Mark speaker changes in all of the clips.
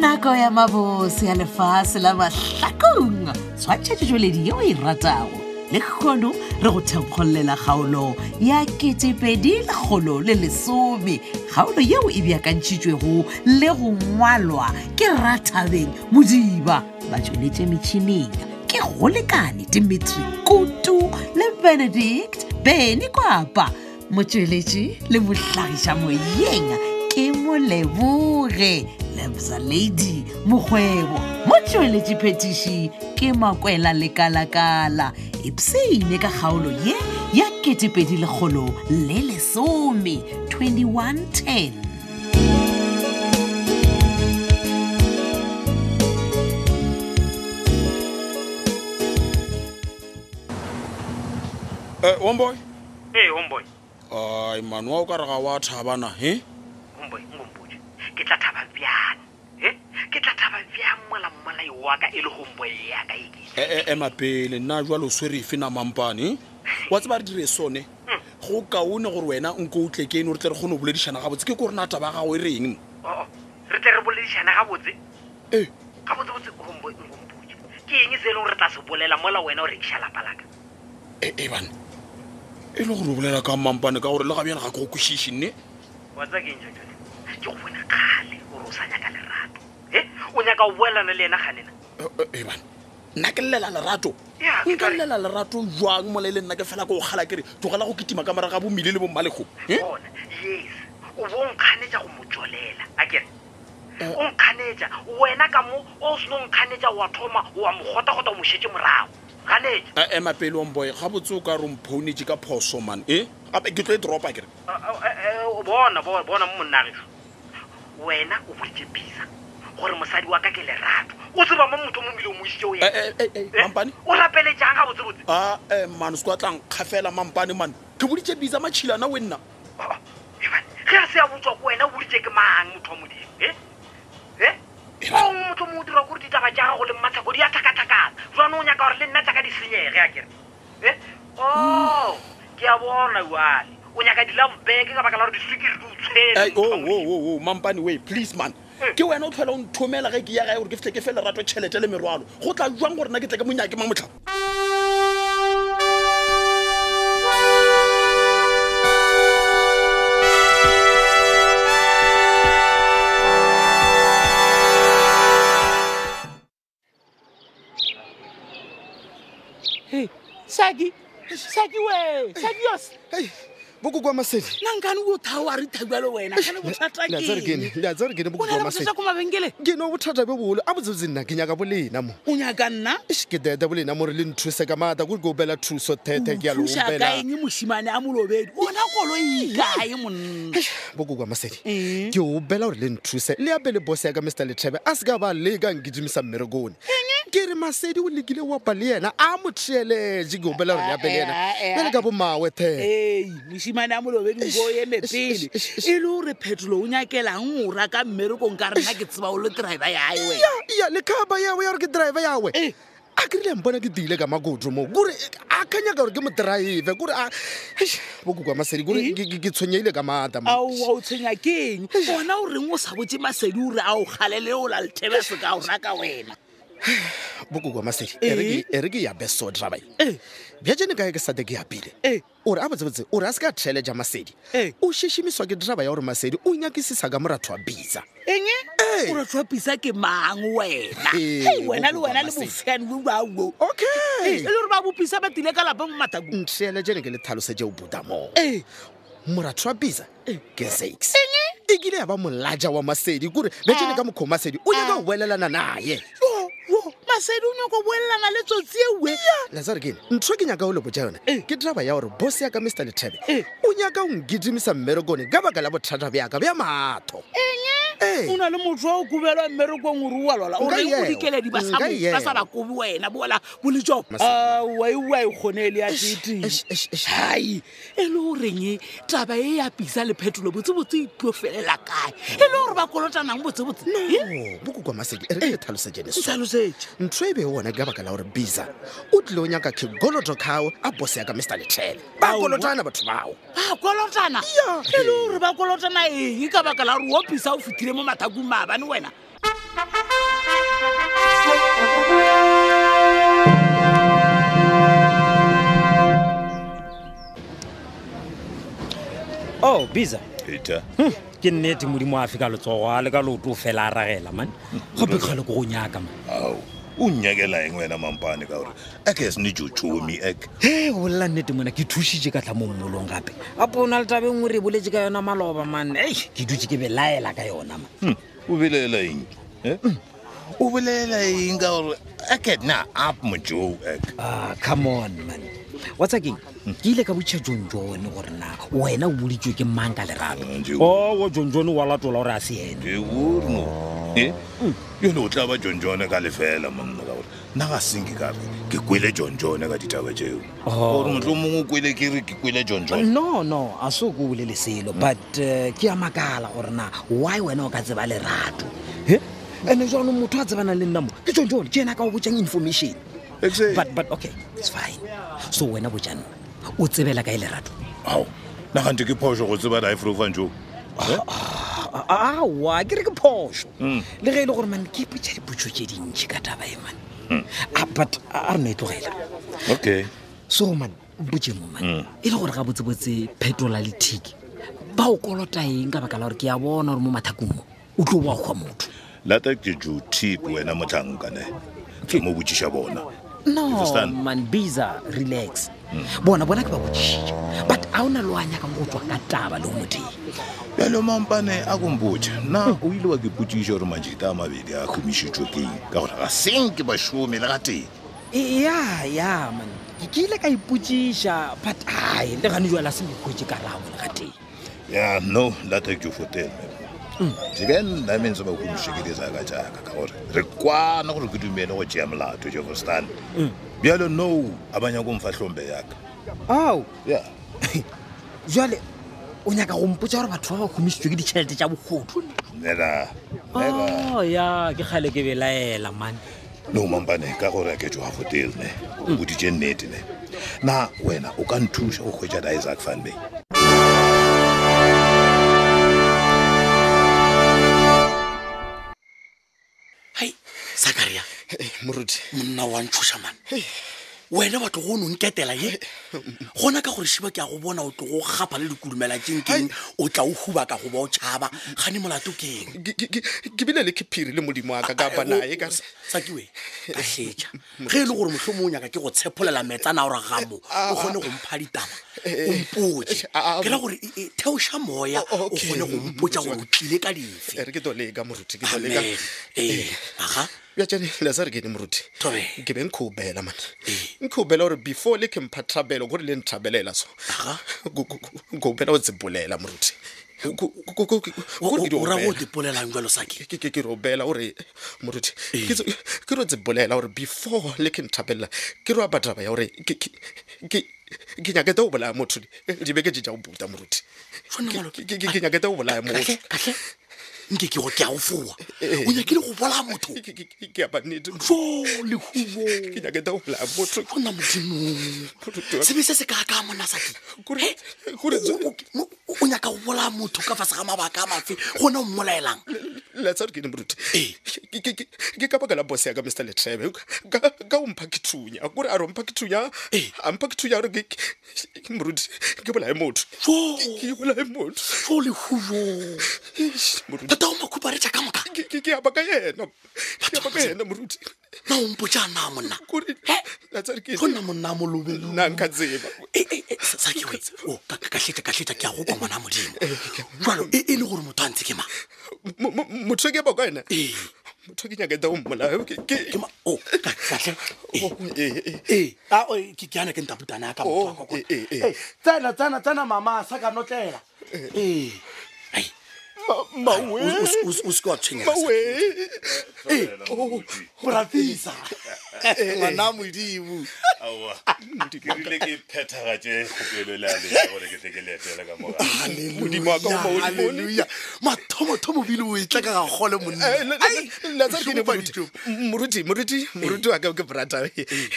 Speaker 1: nako ya mabose ya lefase la mahlakong tshwatšha tšweledi yeo e ratago le kgono re go thekgolela kgaolo ya ketepedi lekgolo le lesome kgaolo yeo e beakantšhitšwego le go ngwalwa ke rathabeng modiba ba tšweletše metšhineng ke go lekane dimitri kutu le benedict beny kwapa motsweletši le mohlagiša moyeng ke moleboge lebza lady mokgwebo mo tsweletše phetiši ke makwela lekalakala epsene ka kgaolo ye ya 2000 le lesome 2110
Speaker 2: Eh, homeboy
Speaker 3: ee homeboy
Speaker 2: ai man wa o ka re ga wa thabana he
Speaker 3: homeboy ngompotse ke tla thaba bjang e ke tla thaba bjang molammolai wa ka e le homeboy ya ka eke
Speaker 2: Eh, eh, ema pele nna jwale o swere efe namampane wa tseba re dire sone go kaone gore wena nko o tle ke eno re tle re kgone go boledišana gabotse ke ko re na taba ya gago e reng Eh,
Speaker 3: oo Oh, re tle re boledišane gabotse
Speaker 2: ee
Speaker 3: gabotsebotse homeboy ngompotse ke eng se e leng re tla se bolela mola wena o rekiša lapa laka
Speaker 2: e e bane e le gore o bolela ka mampane ka gore le gabjale ga ke go kwešiše nne Eh,
Speaker 3: wa tsa keng jaone ke go bona kgale gore o sa nyaka lerato e o nyaka o boelana le yena ganena
Speaker 2: Eh, eh, e bane nna ke llela lerato
Speaker 3: Ya, ke
Speaker 2: nka
Speaker 3: tla-
Speaker 2: llela lerato jwang mola e le nna ke fela ke o kgala kere tlogela go kitima ka mara ga bommile le bommalego
Speaker 4: Eh?
Speaker 3: bona yes o bo nkganetša go mo tswalela a kere
Speaker 2: Eh.
Speaker 3: o nkganetša wena ka mo o seno nkganetša wa thoma wa mogotagota o mošetse morago ganetša
Speaker 2: ema pele omboy gabotse o ka romphounetse ka phoso man e gape ke tlo e dropa kere
Speaker 3: A- a- a- a- eh, o bona bo- bona mo monnageso wena o boditše pisa gore mosadi wa ka ke lerato o tseba mo motho o mo mile o moisitse o yena Eh?
Speaker 2: mampane
Speaker 3: o rapele jang ga botsebotse
Speaker 2: a eh, man se kwa tlang kgafela mampane man ke boditse bisa matšhilana we nna
Speaker 3: Oh, Ivan, ge a se a botswa ko wena o boditse ke mang motho wa modimo e e o motho mo o dira gore ditaba tja gago le mmatshako di a thakathakana jwane o nyaka gore le nna tsaka di senyege a kere e o Oh, ke a bona jale o nyaka dilampeke ka baka la gore disukiri di o
Speaker 2: Eh, oh,
Speaker 3: tshwere
Speaker 2: oh, oh, oh, mampane we please man
Speaker 3: Eh.
Speaker 2: ke wena o tlhola o nthomela ge ke ya gae gore ke fitlhe ke fele rato tšhelete le merwalo go tla jwang gore nna ke tle ke monyake ma motlha
Speaker 5: Hey, Shaggy, Shaggy way, Shaggy yours.
Speaker 6: bokokwa masedi
Speaker 5: Nangani o thao a re thabile wena? Kana bothata ke.
Speaker 6: re kene
Speaker 5: O na le bothata
Speaker 6: bokokwa masedi
Speaker 5: ko mabengele.
Speaker 6: ke no bothata bo bolo a botsebotse nna ke nyaka bolena mo
Speaker 5: O nyaka nna?
Speaker 6: Eish, ke tete bolena more le nthuse ka maata kore ke o bela thuso tete
Speaker 5: Mm,
Speaker 6: ke
Speaker 5: Thusa ka
Speaker 6: yalobela
Speaker 5: eng mosimane a molobedi? Ona koloi kae monna?
Speaker 6: bokokwa masedi
Speaker 5: Eh.
Speaker 6: ke o bela gore le nthuse le ape le bose ya ka mr lethebe a se ka ba leka nkidimisa mmerekone ke re masedi o lekile wapa le yena a mo thieletse ke o bela gore le ape le yena
Speaker 5: Ah, eh, ah, eh.
Speaker 6: jale ka bomawe tete
Speaker 5: ee mosimane a molobedi nko o eme pele e le gore phetholo o nyakelang o ra ka mmerekong ka rena ke tseba o le driver yae wena
Speaker 6: ya le khaba yawe ya gore ke driver yawe
Speaker 5: Eh.
Speaker 6: a kerile mpona ke diile ka makoto mo kore a kanyaka gore ke mo drive kore a Eish, bokokwa masedi kore
Speaker 5: Eh.
Speaker 6: ke- ke- ke tshwenyeile ka maata
Speaker 5: aowa o tshwenya ke eng ona o reng o sa botse masedi o re a o galele o la lethebe se ka o ra ka wena
Speaker 6: bokokwa masedi
Speaker 5: Eh.
Speaker 6: e re ke ya beso drabai
Speaker 5: ee
Speaker 6: bjajane kae ke sate ke apile
Speaker 5: ee
Speaker 6: ore a botsebotse ore a se ka theleja masedi
Speaker 5: Eh.
Speaker 6: o šešimiswa ke draba ya gore masedi o nyakisisa ka moratho wa bisa
Speaker 5: eng
Speaker 6: Ee.
Speaker 5: o re tlhopisa ke mang wena
Speaker 6: Ee,
Speaker 5: Hei, wena le
Speaker 6: bokowa
Speaker 5: wena le
Speaker 6: masedi.
Speaker 5: bofane bo bao e le
Speaker 6: okay
Speaker 5: gore ba bopisa ba tile ka lapa mo mathakong
Speaker 6: ntheelejane ke le tlhalosetse o budamo
Speaker 5: ee
Speaker 6: moratho wa bisa
Speaker 5: Eh.
Speaker 6: ke six ekile ya ba molaja wa masedi kore bjajane ka mokgwa wa masedi o nyaka go boelelana naye
Speaker 5: Ah. yo masedi o nyako boelelana le tsotsi eue
Speaker 6: lazare kene ntho e ke nyaka o lebo ja yone ke draba ya gore bos yaka mr lethebe
Speaker 5: Eh.
Speaker 6: o nyaka go nkidimisa mmerekone ka baka la bothata bjaka bja matho Eh.
Speaker 5: o na le motho wa o kobelwa mmerekong e o rua lola o
Speaker 6: Nka
Speaker 5: reng o
Speaker 6: yewa.
Speaker 5: dikeledi ba sa
Speaker 6: Nka
Speaker 5: mo- ba sa
Speaker 6: yewa.
Speaker 5: ba kobe wena bola boletso
Speaker 6: Masedi.
Speaker 5: waiwa e kgone e le ya tete hai e le goreng taba e ya pisa le phetolo botsebotse e tlo felela kae e le gore ba kolotanang botsebotse Eh,
Speaker 6: bokokwa masedi e re ke le tlhalosejene so
Speaker 5: ntlhalosetse
Speaker 6: ntho e be ona ka baka la gore bisa o tlile o nyaka ke goloto kao a bos yaka mr lethebe ba
Speaker 5: Aowa.
Speaker 6: kolotana batho bao
Speaker 5: ba e kolotana e le gore ba kolotana eng ka baka la gore opisa o fetile mo mathakong maabane wena oh bisa
Speaker 4: eta
Speaker 5: Hmm, ke nnete modimo a fika letsogo a le ka leoto fela a ragela man gape kgale ko go nyaka man
Speaker 4: ao o nnyakela eng wena mampane ka gore eke se ne jochomi ek
Speaker 5: he bolela nnete mona ke thušitše ka tla mo mmolong gape gape o na le tabe nngwe re boletse ka yona maloba man ei ke dutse ke belaela ka yona man
Speaker 4: Hmm, o belela eng Eh? o bolela eng ka gore eke na up mojo ek
Speaker 5: ah come on man whatsa keng ke ile ka botšha john john gore na wena o boditswe ke mang ka lerato
Speaker 4: Mm, Jeo.
Speaker 5: oo john john wa latola gore a se ene
Speaker 4: e orno e yone o tla ba jonjone ka lefela monna ka gore nna ga senke kape ke kwele jonjone ka ditaba tjeo
Speaker 5: Oh.
Speaker 4: gore motlho mongwe o kwele ke re ke kwele jonjone
Speaker 5: no no a se o ko bolele selo but eh, ke a makala gore na why wena o ka tseba lerato he and-e jaanong motho a tsebanang le nnamo ke john john ke ena a ka o botjang information but but okay it's fine so wena botjanna o tsebela kae lerato
Speaker 4: ao nna gante ke phoso go tseba diafrofanjo
Speaker 5: awa ke re ke phoso
Speaker 4: Mm.
Speaker 5: le ge e le gore mane ke ipotsa dipotso tse dintšhi ka taba e mane
Speaker 4: Mm.
Speaker 5: Ah, but a a rona e tlogela
Speaker 4: okay
Speaker 5: so mane botse mo
Speaker 4: Mm.
Speaker 5: mane e le gore ga botsebotse phetola le thiki ba o kolota eng ka baka la gore ke a bona gore mo mathakong mo o tlo boa kgwa motho
Speaker 4: lata ke jotip wena motlhankane ke mo botsiša bona
Speaker 5: no
Speaker 4: understand? Mm.
Speaker 5: man bisa relax bona bona ke ba botšhie but ga o na le o a nyakang go tswa ka taba le o moteng
Speaker 4: bjalo mampane a kompotša nna o ile wa ke potsiša gore majita a mabedi a kgomišitšwe keng ka gore ga seng ke bašome le ga teng
Speaker 5: E- ya ya man Ke- ke ile ka ipotsiša but ae le gane jala se mekhotse ka rabo le ga teng
Speaker 4: ya no lata ke fotela
Speaker 5: Mm.
Speaker 4: jeke nna mentse ba komošekete jaka jaka ka gore re kwana gore ke dumele go tšea molato jefostan
Speaker 5: Mm.
Speaker 4: bjalo no a ba nyako mfa tlhombe yaka
Speaker 5: ao
Speaker 4: ya
Speaker 5: jale o nyaka go mpotsa gore batho ba ba kgomisitswe ke ditšhelete tša bogodu
Speaker 4: nela nela
Speaker 5: Oh, ya ke kgale ke belaela man
Speaker 4: no mampane ka gore a ketso a fotele ne o boditše nnete ne na wena o ka nthuša go kgwetša disac funding
Speaker 2: hai sakaria
Speaker 6: Eh, moruti
Speaker 2: monna wa ntshoša mane wena batlo go no nketela ye gona ka gore shiba ke a go bona o tlo go gapa le dikulumela tsenkeng o tla o huba ka go ba o tšhaba gane molato keng
Speaker 6: ke- ke- ke ke bile le kephiri le modimo aka ka banaye ka
Speaker 2: sakiwe ka fetša ge e le gore motlhomo o nyaka ke go tshepolela metsana ora gamo o kgone go mpha ditaba o mpotse
Speaker 6: a- a-
Speaker 2: ke ra gore e- e, theoša moya
Speaker 6: O-
Speaker 2: o
Speaker 6: okay.
Speaker 2: kgone go mpotsa gore o tlile ka
Speaker 6: E
Speaker 2: dife
Speaker 6: re ke to leka moruti ke to leka
Speaker 2: amen ee aga
Speaker 6: bjatšane lesa re kene moruti
Speaker 2: Thobela.
Speaker 6: ke be nkgoubela mane nkgoubela gore before le ke mpha thabelo gore le nthabelela so
Speaker 2: Aga.
Speaker 6: nkgoubela o tsebolela moruti Ko- ko- ko- ko- ko- gore ke di
Speaker 2: o rago o
Speaker 6: opela.
Speaker 2: tepolelang jalo sake
Speaker 6: Ke- ke ke robela gore moruti ke tse- ke ro tsebolela gore before le ke nthabelela ke ro a bataba ya gore ke- ke- ke ke nyakete o bolaya motho di- dibeke je ja o buta moruti
Speaker 2: Shona ngwana.
Speaker 6: Ke- ke- ke- ke nyakete o bolaya motho
Speaker 2: katlhe katlhe nke ke go ke a go fowa o nyakile go bola motho
Speaker 6: Ke- ke- ke- ke a bannete
Speaker 2: jo lehubo
Speaker 6: ke nyakete o bolaya motho
Speaker 2: gona modimong
Speaker 6: Moruti wa-
Speaker 2: sebe se se ka ka mona sake
Speaker 6: Kore-
Speaker 2: He,
Speaker 6: kore-
Speaker 2: o- o- o- o nyaka go bola motho ka fase ga mabaka a mafe gona o mmolaelang
Speaker 6: letsa re kene moruti
Speaker 2: Ee.
Speaker 6: Ke- ke- ke ke ka baka la bose ya ka mr letrebe ka ka o mpha kethunya kore a re o mpha kethunya
Speaker 2: Ee.
Speaker 6: a mpha kethunya gore ke- ke- moruti ke bolae motho
Speaker 2: Jo.
Speaker 6: ke bolae motho
Speaker 2: jo lehubo
Speaker 6: Eish, moruti
Speaker 2: tata o makhuparetša ka moka
Speaker 6: ke- ke ke a baka yena ke a baka yena moruti
Speaker 2: na o mpotsa na monna
Speaker 6: kore letsa re kene
Speaker 2: gonna monna molobelo
Speaker 6: nna nka tseba
Speaker 2: Eh, sakewe katlhetša katlhetša ke a go kwa ngwana modimo jalo e e le gore motho a ntse ke mang
Speaker 6: Mo- mo- motho e ke baka yena
Speaker 2: ee
Speaker 6: motho ke nyaka tao mmolao ke- ke-
Speaker 2: ke ma o ka- kahle
Speaker 6: Oh, ee, ee.
Speaker 2: ee a o, ke ke ana ke ntaputana ya ka
Speaker 6: Oh,
Speaker 2: motho wa ka kwa.
Speaker 6: ee, ee, ee.
Speaker 2: Ee, tsena tsena tsena mama sa ka notlela ee Ai,
Speaker 6: Ma-
Speaker 2: o-
Speaker 6: mawe
Speaker 2: o- o- o seke wa tshwenyega sa-
Speaker 6: mawe oh,
Speaker 2: oh, eh, Ee, o ratisa ngwana modimo
Speaker 4: aowa
Speaker 2: Ah,
Speaker 4: ke rile ke phethagatše kgopelo le a lena gore ke tle ke leefele ka moga
Speaker 6: modimo wa ka o maodimo.
Speaker 2: Hallelujah. mathomothomo bile o e tla ka gagole
Speaker 6: Eh, lazare ke ne moruti moruti
Speaker 2: Eh.
Speaker 6: moruti moruti wa ka ke brata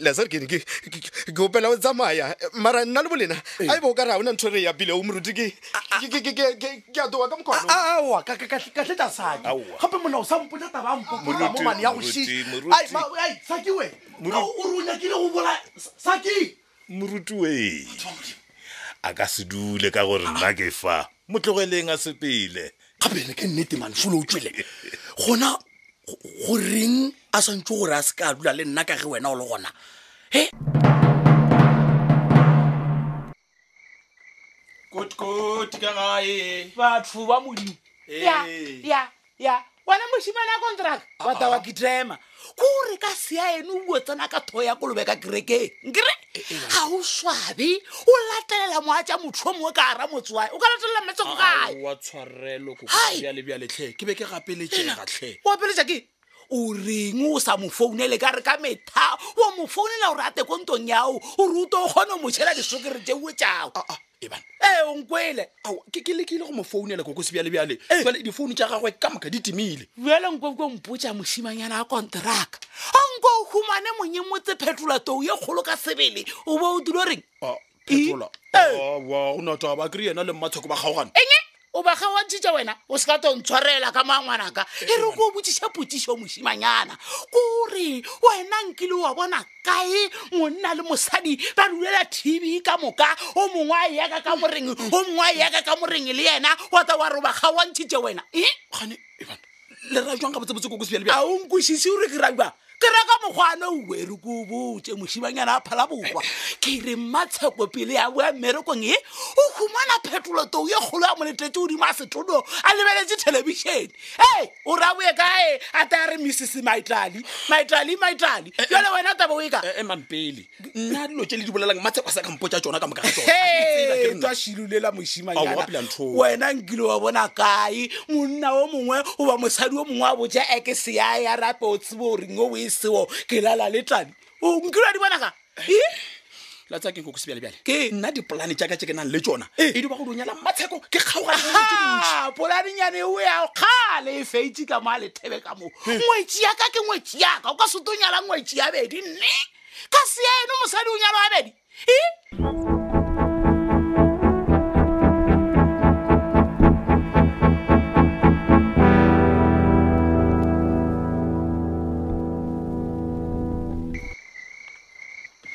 Speaker 6: lazare ke ne ke ke- ke opela o tsamaya mara nna le bolena
Speaker 2: Eh.
Speaker 6: a e be o ka re ga ona ntho e re yapile o moruti ke
Speaker 2: Ah,
Speaker 6: ke- ke- ke- ke- ke- ke a toa ka mokgono
Speaker 2: monnaaatleta sadi
Speaker 4: Aowa.
Speaker 2: gape molao sa mpotsa taba
Speaker 4: Moruti,
Speaker 2: mpokomane ya go
Speaker 4: moruti,
Speaker 2: šia
Speaker 4: moruti.
Speaker 2: saki we
Speaker 4: Moruti.
Speaker 2: Ao, o re o nyakile go bola saki
Speaker 4: moruti wee a ka se dule ka gore nna ke fa mo tlogeleng a sepele
Speaker 2: gape ene ke nnete mane folo o tswele gona go- goreng a santse gore a se ka dula le nna ka ge wena o le gona he
Speaker 5: batho ba modimo ya ya ya wena mošimane ya contract wa ta wa kitrema ko ore ka sea eno o tsena ka thoo ya kolobe ka kerekeng kere ga o swabe o latelela moatsa motho o mongwe ka ara motsewae o ka latelela metseko kae
Speaker 2: wa tshwarelo
Speaker 5: Hai.
Speaker 2: bjaletlhe ke be ke gapeletšegatlhe
Speaker 5: o apeletsa ke o reng o sa mo founele ka re ka metha o mo founela gore a te ko ntong yao ore o to o kgone o motšhela disukere teo tjao
Speaker 2: ebane
Speaker 5: ee Eh, o nkwele
Speaker 2: ao ke ke lekile go mo founela kokosi bjale bjale
Speaker 7: Eh!
Speaker 2: jale difounu tša gagwe ka moka di timile
Speaker 5: bjale nko ko mpotsa mošimanyana a konteraka a nko o humane monyemotse phetola tou ye kgolo ka sebele o bo o dilo reng
Speaker 6: Oh,
Speaker 5: Eh.
Speaker 2: phetola
Speaker 4: Oh.
Speaker 5: Ee.
Speaker 2: wa go nata ba kry yena le mmatshoko ba kgaogana
Speaker 5: enge o ba gaoantšhitša wena o se ka to ntshwarela ka moangwanaka e re ko o botsiša potišo mošimanyana kore wena nkile wa bona kae monna le mosadi ba dulela tv ka moka o mongwe a yaka ka moreng o mongwe a yaka ka moreng le yena wa ta wa re o ba gaoantšhitše wena e
Speaker 2: gane ebane le ra jwang gabotsebotse kokosi bjale
Speaker 5: a o nkwešiše ore ke raba ke raka mokgwana uwere ke o botse mošimanyana a phala bokwa ke re mmatsheko pele ya boa mmerekong e o humana phetolo tou ye kgolo ya moletetse godimo a setolong a lebeletse thelebišene ee o raboe kae a ta re misisi maitlali maitlali maitlali jale wena taba o e ka
Speaker 2: eman pele nna dilo tse le di bolelang matsheko a sa kampo tša tsona ka moka ga tsona. Ke tseba ke nna.
Speaker 5: tswa šilulela
Speaker 2: Ao, wa pela ntho.
Speaker 5: wena nkile wa bona kae monna o mongwe goba mosadi o mongwe a e boja eke sea ya rape o tsebo o reng o e seo ke lala le tlabi o nkile wa di bona ka E?
Speaker 2: la tsa keng kokosi bjale bjale
Speaker 5: Ke?
Speaker 2: nna dipolane jaaka tse ke nang le tsona e di ba go donyala matsheko ke kgaogane
Speaker 5: Ha, polanenyane o ya kgale e feitse ka moa lethebe ka moo ngwetsi yaka ke ngwetsi yaka o ka seto nyala ngwetsi ya bedi nne ka sea eno mosadi o nyalo a bedi e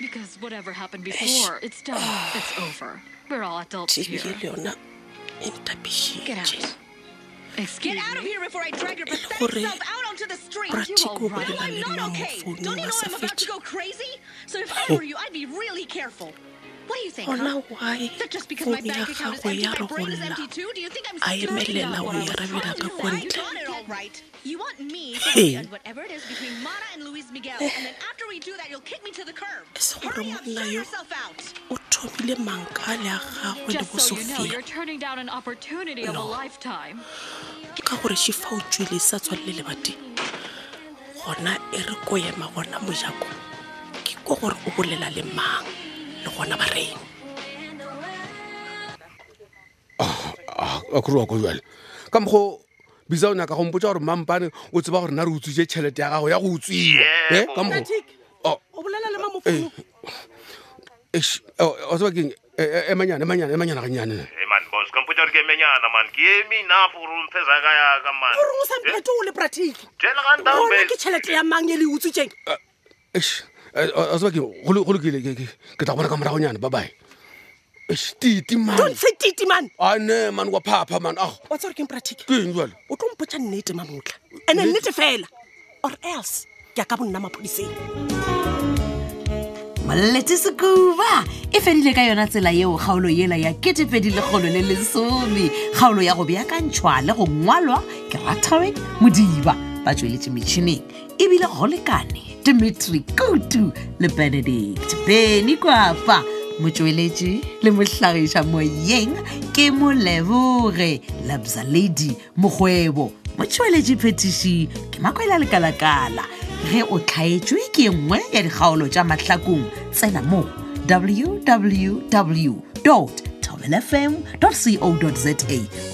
Speaker 8: Because whatever happened before, it's done. it's over. We're all adults here.
Speaker 9: yona e ntapišitše E
Speaker 8: Get out. Excuse
Speaker 10: Get out of
Speaker 8: me.
Speaker 10: here before I drag your pathetic
Speaker 9: gore
Speaker 10: self out onto the street.
Speaker 9: ra tiko ba
Speaker 8: alright?
Speaker 10: No,
Speaker 9: lebale
Speaker 10: I'm
Speaker 9: le
Speaker 10: not
Speaker 9: mamo
Speaker 10: okay. Don't
Speaker 9: founung
Speaker 10: you
Speaker 9: ba
Speaker 10: know
Speaker 9: sa
Speaker 10: I'm about to
Speaker 9: fetše
Speaker 10: go crazy? So if I were you, I'd be really careful. What do you think?
Speaker 9: gona
Speaker 10: Huh?
Speaker 9: wae
Speaker 10: That just because my
Speaker 9: founu ya
Speaker 10: bank account is
Speaker 9: gagwe
Speaker 10: empty,
Speaker 9: ya
Speaker 10: my brain is
Speaker 9: rogolla
Speaker 10: empty too? Do you think I'm
Speaker 9: a
Speaker 10: stupid
Speaker 9: emelela
Speaker 10: about
Speaker 9: go
Speaker 10: what I
Speaker 9: e
Speaker 10: was
Speaker 9: arabela
Speaker 10: told?
Speaker 9: ka
Speaker 10: I
Speaker 9: kontle
Speaker 10: got it all right. You want me to
Speaker 9: Hey.
Speaker 10: end whatever it is between Mana and Luis Miguel, and then after we do that, you'll kick me to the curb.
Speaker 9: se gore
Speaker 10: Hurry up,
Speaker 9: monna
Speaker 10: shut
Speaker 9: yo
Speaker 10: yourself out.
Speaker 9: o thomile mankale a gagwe le
Speaker 8: Just
Speaker 9: bo
Speaker 8: so you know,
Speaker 9: sofia
Speaker 8: you're turning down an opportunity of a lifetime.
Speaker 9: ka gore šifa o tswile e sa tswalele lebateng gona e re ko ema gona mojako ke ko gore o bolela le mang le gona ba reng
Speaker 7: a kore wa ko jale ka mokgo bisa o nyaka gompotsa gore mampane o tseba gore na re utswitse tšhelete ya gago ya go utswiwa e ka mokgo
Speaker 9: o bolela le
Speaker 7: o
Speaker 9: mamofo
Speaker 7: tseba E, keng emanyane emanyane emanyane gannyane ne.
Speaker 4: Eh, man bos kampotsa gore ke emenyana man ke e eme nafo gore o mphe saka yaka man Eh,
Speaker 9: o sa mpete o le pratiki
Speaker 4: jele ga
Speaker 9: gona ke tšhelete ya mang ye le utswitseng
Speaker 7: Eish, eh, o o tseba keng go lo- go lokile ke- ke ke tla go bona ka moragonyane ba bae Eish, titi man
Speaker 9: don't say titi man
Speaker 7: ane man wa phapha man ago
Speaker 9: wa tsa gore keng pratiki
Speaker 7: ke eng jale
Speaker 9: o tlo mpotsa nnete mamotla ande nnete fela or else ke a ka bonna maphodiseng
Speaker 1: molletse sekuba e fedile ka yona tsela yeo kgaolo yela ya ketepedi lekgolo le lesome kgaolo ya go beakantšhwa le go ngwalwa ke rataweng modiba ba tsweletše metšhineng ebile go lekane dimitri kutu le benedict beny kwapa motsweletši le mohlagiša moyeng ke moleboge labza lady mokgwebo motsweletši phetiši ke makwela lekalakala ge o tlhaetswe ke e nngwe ya dikgaolo tša mahlakong tsena mo www tobelfm co za o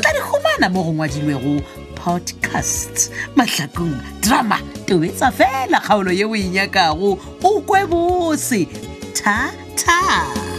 Speaker 1: tla di humana mo go ngwadilwego podcast mahlakong drama tobetsa fela kgaolo ye o e nyakago o kwe bose tha-tha